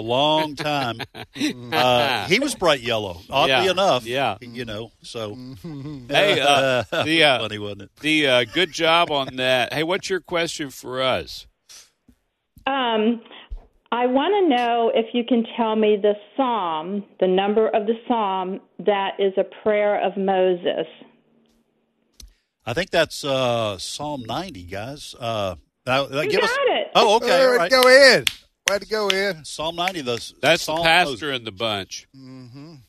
long time. uh, he was bright yellow, oddly
Yeah,
enough.
yeah.
you know. So
Hey, uh, the uh,
funny wasn't it?
The uh, good job on that. Hey, what's your question for us?
Um, I want to know if you can tell me the psalm, the number of the psalm that is a prayer of Moses.
I think that's uh, Psalm 90, guys. Uh, now, now
You
give us-
got it.
Oh, okay.
All right, go
in. Way to go in. Psalm 90, those. Mm-hmm.
That's
Psalm
the pastor in the bunch.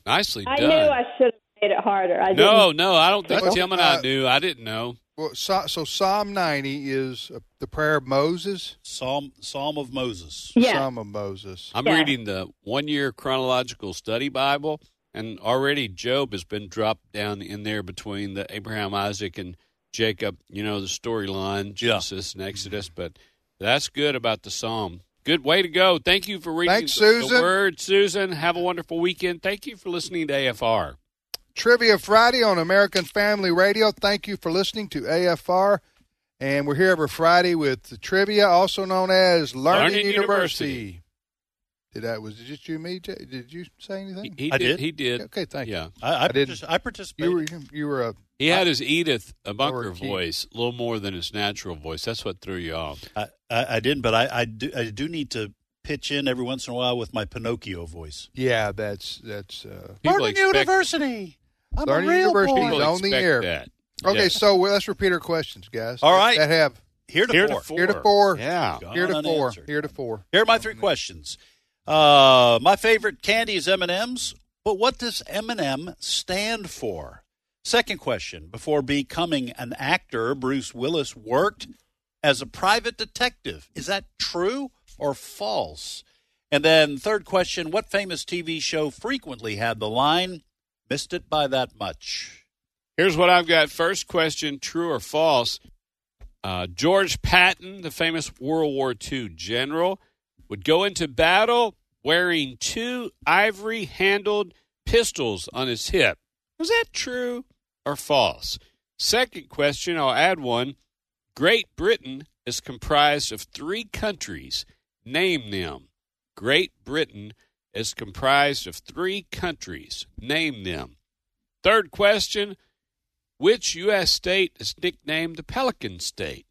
Nicely
I
done.
knew I should have made it harder. I
no,
didn't.
no, I don't think
Well,
Tim and
uh,
I knew. I didn't know.
Well, so, so Psalm 90 is uh, the prayer of Moses.
Psalm Psalm of Moses.
Yeah.
Psalm of Moses.
I'm reading the one year chronological study Bible, and already Job has been dropped down in there between the Abraham, Isaac, and Jacob, you know, the storyline, Genesis and Exodus. But that's good about the psalm. Good way to go. Thank you for reading
Thanks,
the- the
Susan.
word, Susan. Have a wonderful weekend. Thank you for listening to AFR.
Trivia Friday on American Family Radio. Thank you for listening to AFR. And we're here every Friday with the trivia, also known as Learning,
Learning
University.
University.
Did that was it just you, me? Jay? Did you say anything?
He, he did, He did.
Okay, thank
yeah.
you.
I, I,
didn't.
partic- I participated.
You were you were a
He had his Edith a bunker
key.
voice, a little more than his natural voice. That's what threw you off.
I, I, I didn't, but I, I, do, I do need to pitch in every once in a while with my Pinocchio voice.
yeah. That's that's uh,
Learning University. I'm
Learning
a real
University
boy.
is on the air. Okay, so well, let's repeat our questions, guys.
All
That-
right.
that have
Heretofore.
heretofore,
Yeah.
heretofore,
Unanswered.
heretofore.
Here are my three questions. Uh, my favorite candy is M&M's, but what does M&M stand for? Second question, before becoming an actor, Bruce Willis worked as a private detective. Is that true or false? And then third question, what famous TV show frequently had the line missed it by that much?
Here's what I've got. First question true or false? Uh, George Patton, the famous World War II general, would go into battle wearing two ivory handled pistols on his hip. Was that true or false? Second question, I'll add one. Great Britain is comprised of three countries. Name them. Great Britain is comprised of three countries. Name them. Third question Which U.S. state is nicknamed the Pelican State?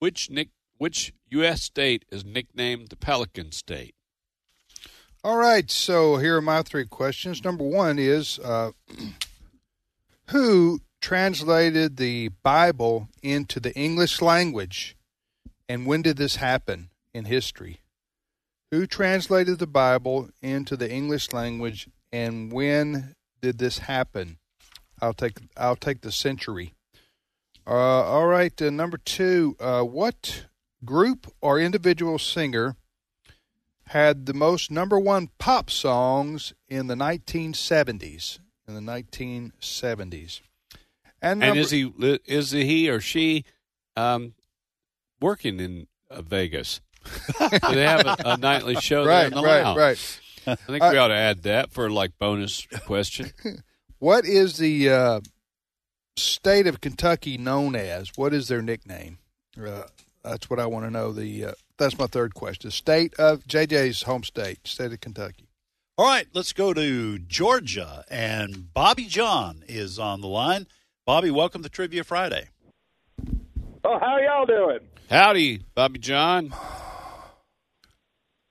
Which, nick, which U.S. state is nicknamed the Pelican State?
All right, so here are my three questions. Number one is uh, Who translated the Bible into the English language? And when did this happen in history? Who translated the Bible into the English language? And when did this happen? I'll take I'll take the century. Uh, all right, uh, number two. Uh, what group or individual singer had the most number one pop songs in the 1970s. In the 1970s.
And,
number-
is he is he or she um, working in uh, Vegas? Do they have a, a nightly show there
Right,
in the
right,
lounge?
right.
I think we
Uh,
ought to add that for like bonus question.
What is the uh, state of Kentucky known as? What is their nickname? Uh, that's what I want to know. The uh, that's my third question. The state of JJ's home state, state of Kentucky.
All right, let's go to Georgia, and Bobby John is on the line. Bobby, welcome to Trivia Friday.
Oh, how y'all doing?
Howdy, Bobby John.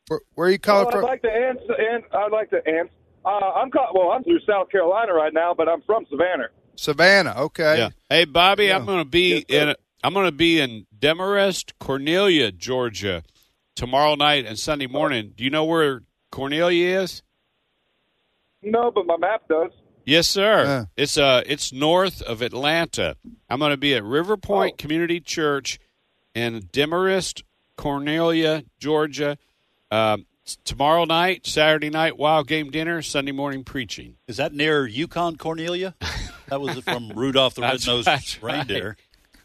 Where, where are you calling
Well,
from?
I'd like to answer. And I'd like to answer. Uh, I'm call- well. I'm through South Carolina right now, but I'm from Savannah.
Savannah. Okay.
Yeah. Hey, Bobby, I'm going to be in. I'm going to be in Demarest, Cornelia, Georgia, tomorrow night and Sunday
Oh.
morning. Do you know where Cornelia is?
No, but my map does.
Yes, sir. It's uh, it's north of Atlanta. I'm going to be at River
Oh.
Point Community Church in Demarest, Cornelia, Georgia, um, s- tomorrow night, Saturday night, wild game dinner, Sunday morning preaching.
Is that near Yukon Cornelia? That was from Rudolph the
That's
Red-Nosed
right, that's
Reindeer.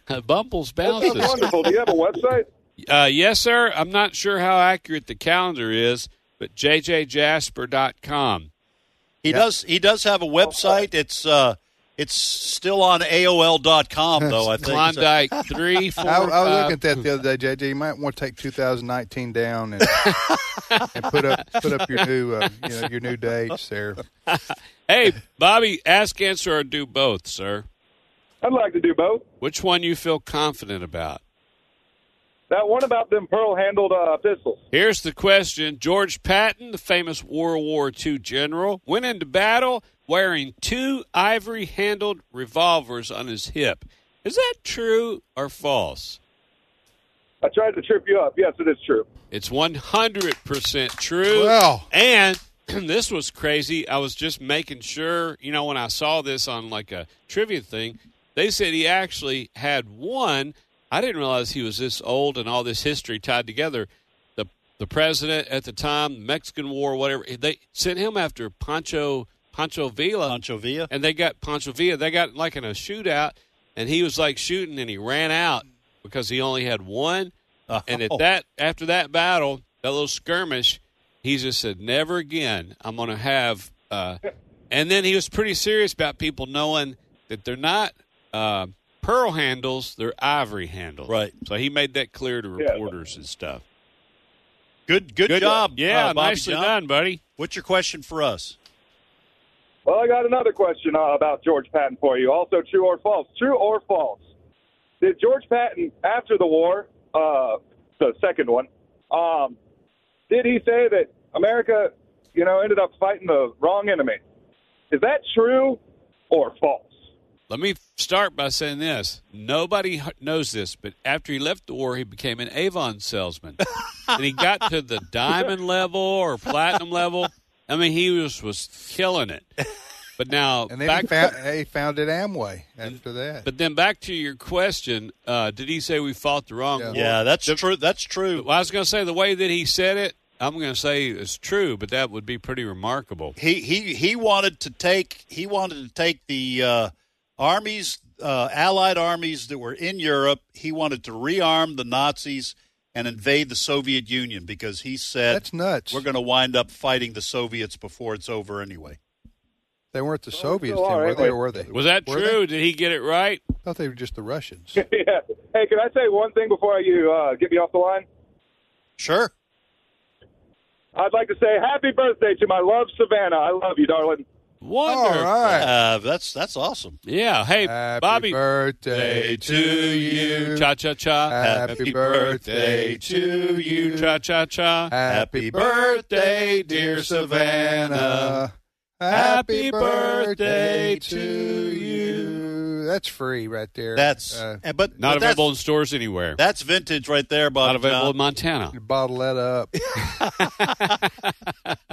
Right. Bumbles
That
bounces.
sounds wonderful. Do you have a website?
Uh, yes, sir. I'm not sure how accurate the calendar is, but jjjasper.com.
He does. He does have a website. It's uh, it's still on AOL.com though. I think
Klondike three,
I, I was looking at that the other day, JJ. You might want to take 2019 down and, and put up put up your new uh, you know, your new dates there.
Hey, Bobby, ask, answer, or do both, sir.
I'd like to do both.
Which one you feel confident about?
That one about them pearl-handled uh, pistols.
Here's the question George Patton, the famous World War II general, went into battle wearing two ivory handled revolvers on his hip. Is that true or false?
I tried to trip you up. Yes, it is true.
It's 100% true.
Wow.
And this was crazy. I was just making sure, you know, when I saw this on like a trivia thing, they said he actually had one. I didn't realize he was this old and all this history tied together. The the president at the time, Mexican War, whatever, they sent him after Pancho Pancho Villa.
Pancho Villa.
And they got Pancho Villa. They got like in a shootout and he was like shooting and he ran out because he only had one. And at that after that battle, that little skirmish, he just said, "Never again. I'm going to have." Uh, and then he was pretty serious about people knowing that they're not uh, pearl handles; they're ivory handles. Right. So he made that clear to reporters and stuff.
Good, good,
Good
job.
Yeah,
uh, Bobby
nicely
John.
done, buddy.
What's your question for us?
Well, I got another question uh, about George Patton for you. Also, true or false? True or false? Did George Patton, after the war, uh, the second one, um, did he say that America, you know, ended up fighting the wrong enemy? Is that true or false?
Let me start by saying this. Nobody h- knows this, but after he left the war, he became an Avon salesman. and he got to the diamond level or platinum level. I mean, he was, was killing it. But now,
And then
back,
he, found, he founded Amway after that.
but then back to your question, uh, did he say we fought the wrong war?
Yeah, that's true. That's true.
Well, I was going to say the way that he said it, I'm going to say it's true, but that would be pretty remarkable.
He he he wanted to take he wanted to take the uh, armies, uh, Allied armies that were in Europe. He wanted to rearm the Nazis and invade the Soviet Union because he said
That's nuts.
we're going to wind up fighting the Soviets before it's over anyway.
They weren't the Soviets,
Oh, all
then, were
right,
they?
wait.
Or were they?
Was that
Were
true? Did he get it right?
I thought they were just the Russians.
yeah. Hey, can I say one thing before you uh, get me off the line?
Sure.
I'd like to say happy birthday to my love, Savannah. I love you, darling.
Wonderful.
Uh, that's that's awesome.
Yeah. Hey, Bobby.
birthday
to you. Cha cha cha.
Happy birthday
to you. Cha cha cha.
Happy
birthday, dear
Savannah. Happy birthday to you. That's free right there.
That's
Uh,
and-
Not
but but that's,
available in stores anywhere.
That's vintage right there, Bob.
Not available in
John.
Montana.
you bottle that up.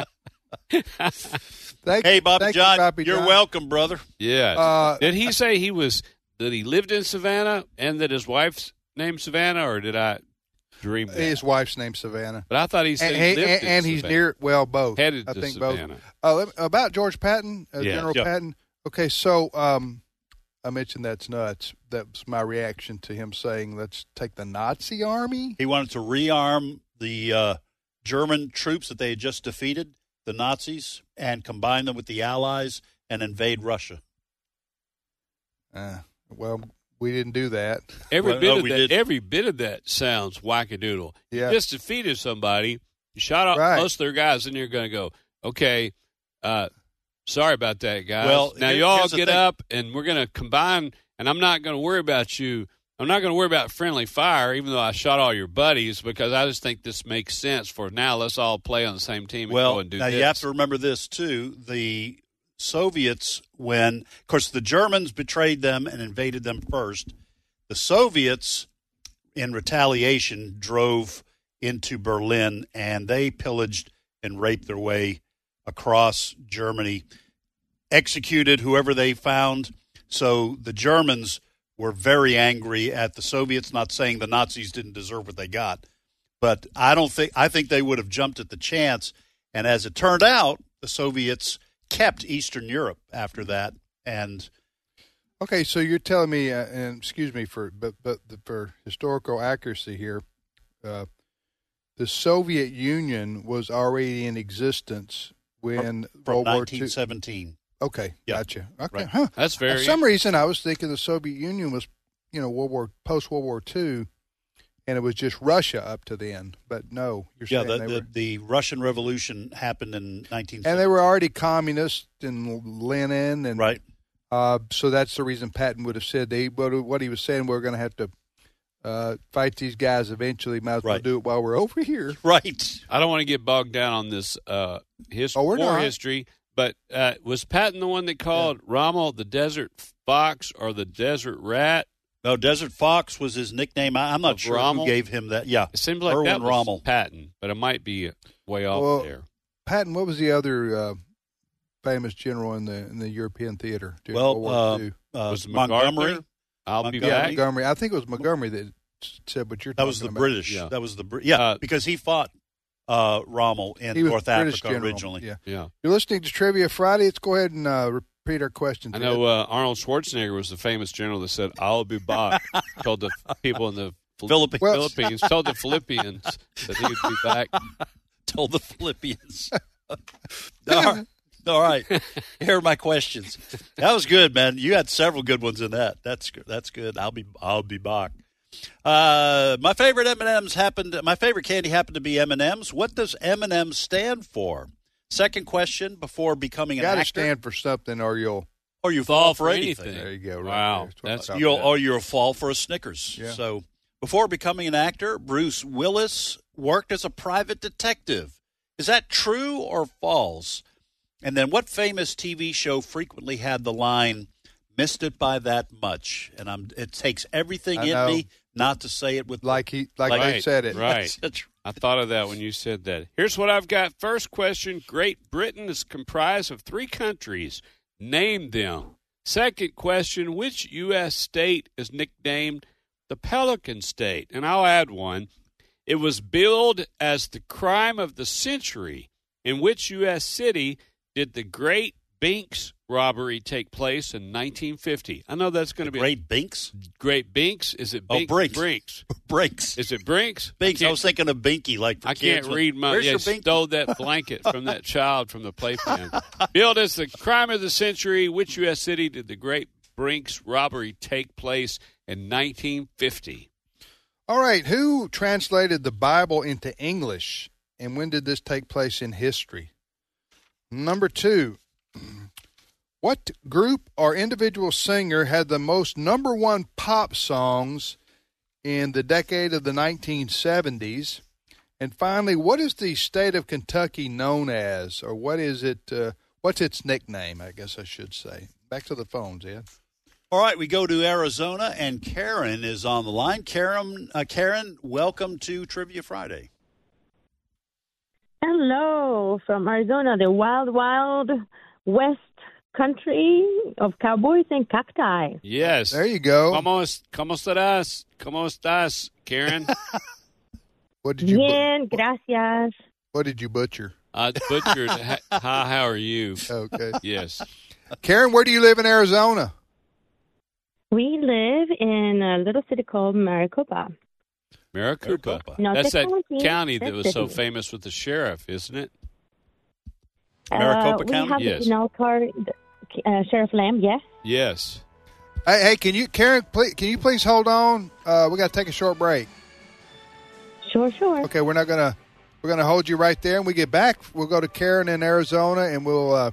Thank-
hey, Bobby
thank you,
John,
Bobby
you're
John.
welcome, brother.
Yeah.
Uh,
did he say he was that he lived in Savannah and that his wife's named Savannah, or did I dream that?
His wife's name's Savannah.
But I thought he said
and,
he
and-
lived in
and he's
Savannah.
near well
Oh,
both
Headed
i
to
think
Savannah.
both uh, let- about george patton uh,
Yeah.
general
Yeah.
patton okay so um i mentioned that's nuts that was my reaction to him saying let's take the nazi army
He wanted to rearm the uh, German troops that they had just defeated, the Nazis, and combine them with the Allies and invade Russia.
uh, well we didn't do that
Every
Well,
bit
no,
of
we
that,
didn't.
every bit of that sounds wackadoodle.
Yeah.
You just defeated somebody, you shot out
Right.
most of their guys, and you're going to go, okay, uh, sorry about that, guys.
Well,
now
here-
you all
here's the
get
thing.
up, and we're going to combine, and I'm not going to worry about you. I'm not going to worry about friendly fire, even though I shot all your buddies, because I just think this makes sense for now. Let's all play on the same team and
well,
go and do
now
this.
you have to remember this too: the Soviets, when of course the Germans betrayed them and invaded them first, the Soviets, in retaliation, drove into Berlin and they pillaged and raped their way across Germany, executed whoever they found. So the Germans were very angry at the Soviets. Not saying the Nazis didn't deserve what they got, but I don't think I think they would have jumped at the chance. And as it turned out, the Soviets kept Eastern Europe after that, and
okay so you're telling me uh, and excuse me for but but the, for historical accuracy here Uh, the Soviet Union was already in existence when
from
World War II.
1917.
Okay, gotcha. Okay,
right.
huh?
That's
For
very-
some reason, I was thinking the Soviet Union was, you know, World War post World War II, and it was just Russia up to then. But no, you're
Yeah,
saying
the,
they
the,
were,
the Russian Revolution happened in 1917.
and they were already communist and Lenin and right. Uh, so that's the reason Patton would have said they what, what he was saying. We're going to have to uh, fight these guys eventually. Might as well do it while we're over here.
Right.
I don't want to get bogged down on this uh, his-
Oh,
war
we're not.
history, but uh, was Patton the one that called Rommel the Desert Fox or the Desert Rat?
No, Desert Fox was his nickname. I, I'm not
Of
sure
Rommel?
who gave him that. Yeah,
It seems like
Erwin
that was
Rommel.
Patton, but it might be way off
Well,
there.
Patton, what was the other uh, famous general in the in the European theater? during
Well,
World War
uh,
II?
uh, Was it MacArthur? Montgomery?
I'll
be
Yeah,
back.
Montgomery. I think it was Montgomery that s- said what you're.
That was the
talking about.
British. That was the Br- yeah, because he fought uh, Rommel in
He was
North
British
Africa
general,
originally.
yeah.
Yeah.
You're listening to Trivia Friday. Let's go ahead and uh, repeat our questions.
I know uh, Arnold Schwarzenegger was the famous general that said, I'll be back, told the people in the Phil-
Philippines. Well-
Philippines, told the Philippians that he would be back.
Told the Philippians. All right. All right. Here are my questions. That was good, man. You had several good ones in that. That's good. That's good. I'll be I'll be back. Uh, my favorite M and M's happened. My favorite candy happened to be M and M's. What does M and M stand for? Second question. Before becoming an
Got to
actor,
stand for something, or you'll
or you fall for anything.
There you go.
wow,
that's what I thought.
you'll or you'll fall for a Snickers.
Yeah.
So before becoming an actor, Bruce Willis worked as a private detective. Is that true or false? And then what famous TV show frequently had the line "missed it by that much"? And I'm it takes everything
I
in
know.
me not to say it with
like he like, they said it.
Right. I thought of that when you said that. Here's what I've got. First question Great Britain is comprised of three countries. Name them. Second question Which U.S. state is nicknamed the Pelican State? And I'll add one. It was billed as the crime of the century. In which U.S. city did the Great Binks robbery take place in 1950? I know that's going to be
Great Binks.
Great Binks. Is it
Oh,
Binks?
Brinks.
Brinks.
Brinks.
Is it Brinks?
Binks.
can't-
I was thinking of Binky. Like for
I
kids
can't
with-
read my.
Where's
Yeah,
your Binky?
stole that blanket from that child from the playpen. Billed as the crime of the century, which U.S. city did the Great Brinks robbery take place in 1950?
All right. Who translated the Bible into English, and when did this take place in history? Number two. What group or individual singer had the most number one pop songs in the decade of the 1970s? And finally, what is the state of Kentucky known as, or what is it? Uh, what's its nickname? I guess I should say. Back to the phones, Ed.
All right, we go to Arizona, and Karen is on the line. Karen, uh, Karen, welcome to Trivia Friday.
Hello from Arizona, the wild, wild west country of cowboys and cacti.
Yes. There
you go.
Como es- como estarás? Como estás, Karen?
what
Bien, gracias.
What did you butcher?
I butchered. Hi, how are you?
Okay.
Yes.
Karen, where do you live in Arizona?
We live in a little city called Maricopa.
Maricopa.
No,
That's that
technically,
county that
that's
was so
city.
famous with the sheriff, isn't it?
uh, we Have
Yes.
an altar, uh, Sheriff Lamb, yes.
Yes.
Hey, hey, can you, Karen? Please, can you please hold on? Uh, we got to take a short break.
Sure, sure.
Okay, we're not gonna we're gonna hold you right there, and we get back. We'll go to Karen in Arizona, and we'll uh,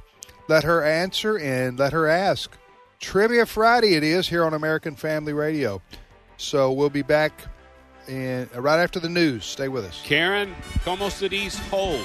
let her answer and let her ask. Trivia Friday, it is here on American Family Radio. So we'll be back in uh, right after the news. Stay with us.
Karen, como estarís? Hold.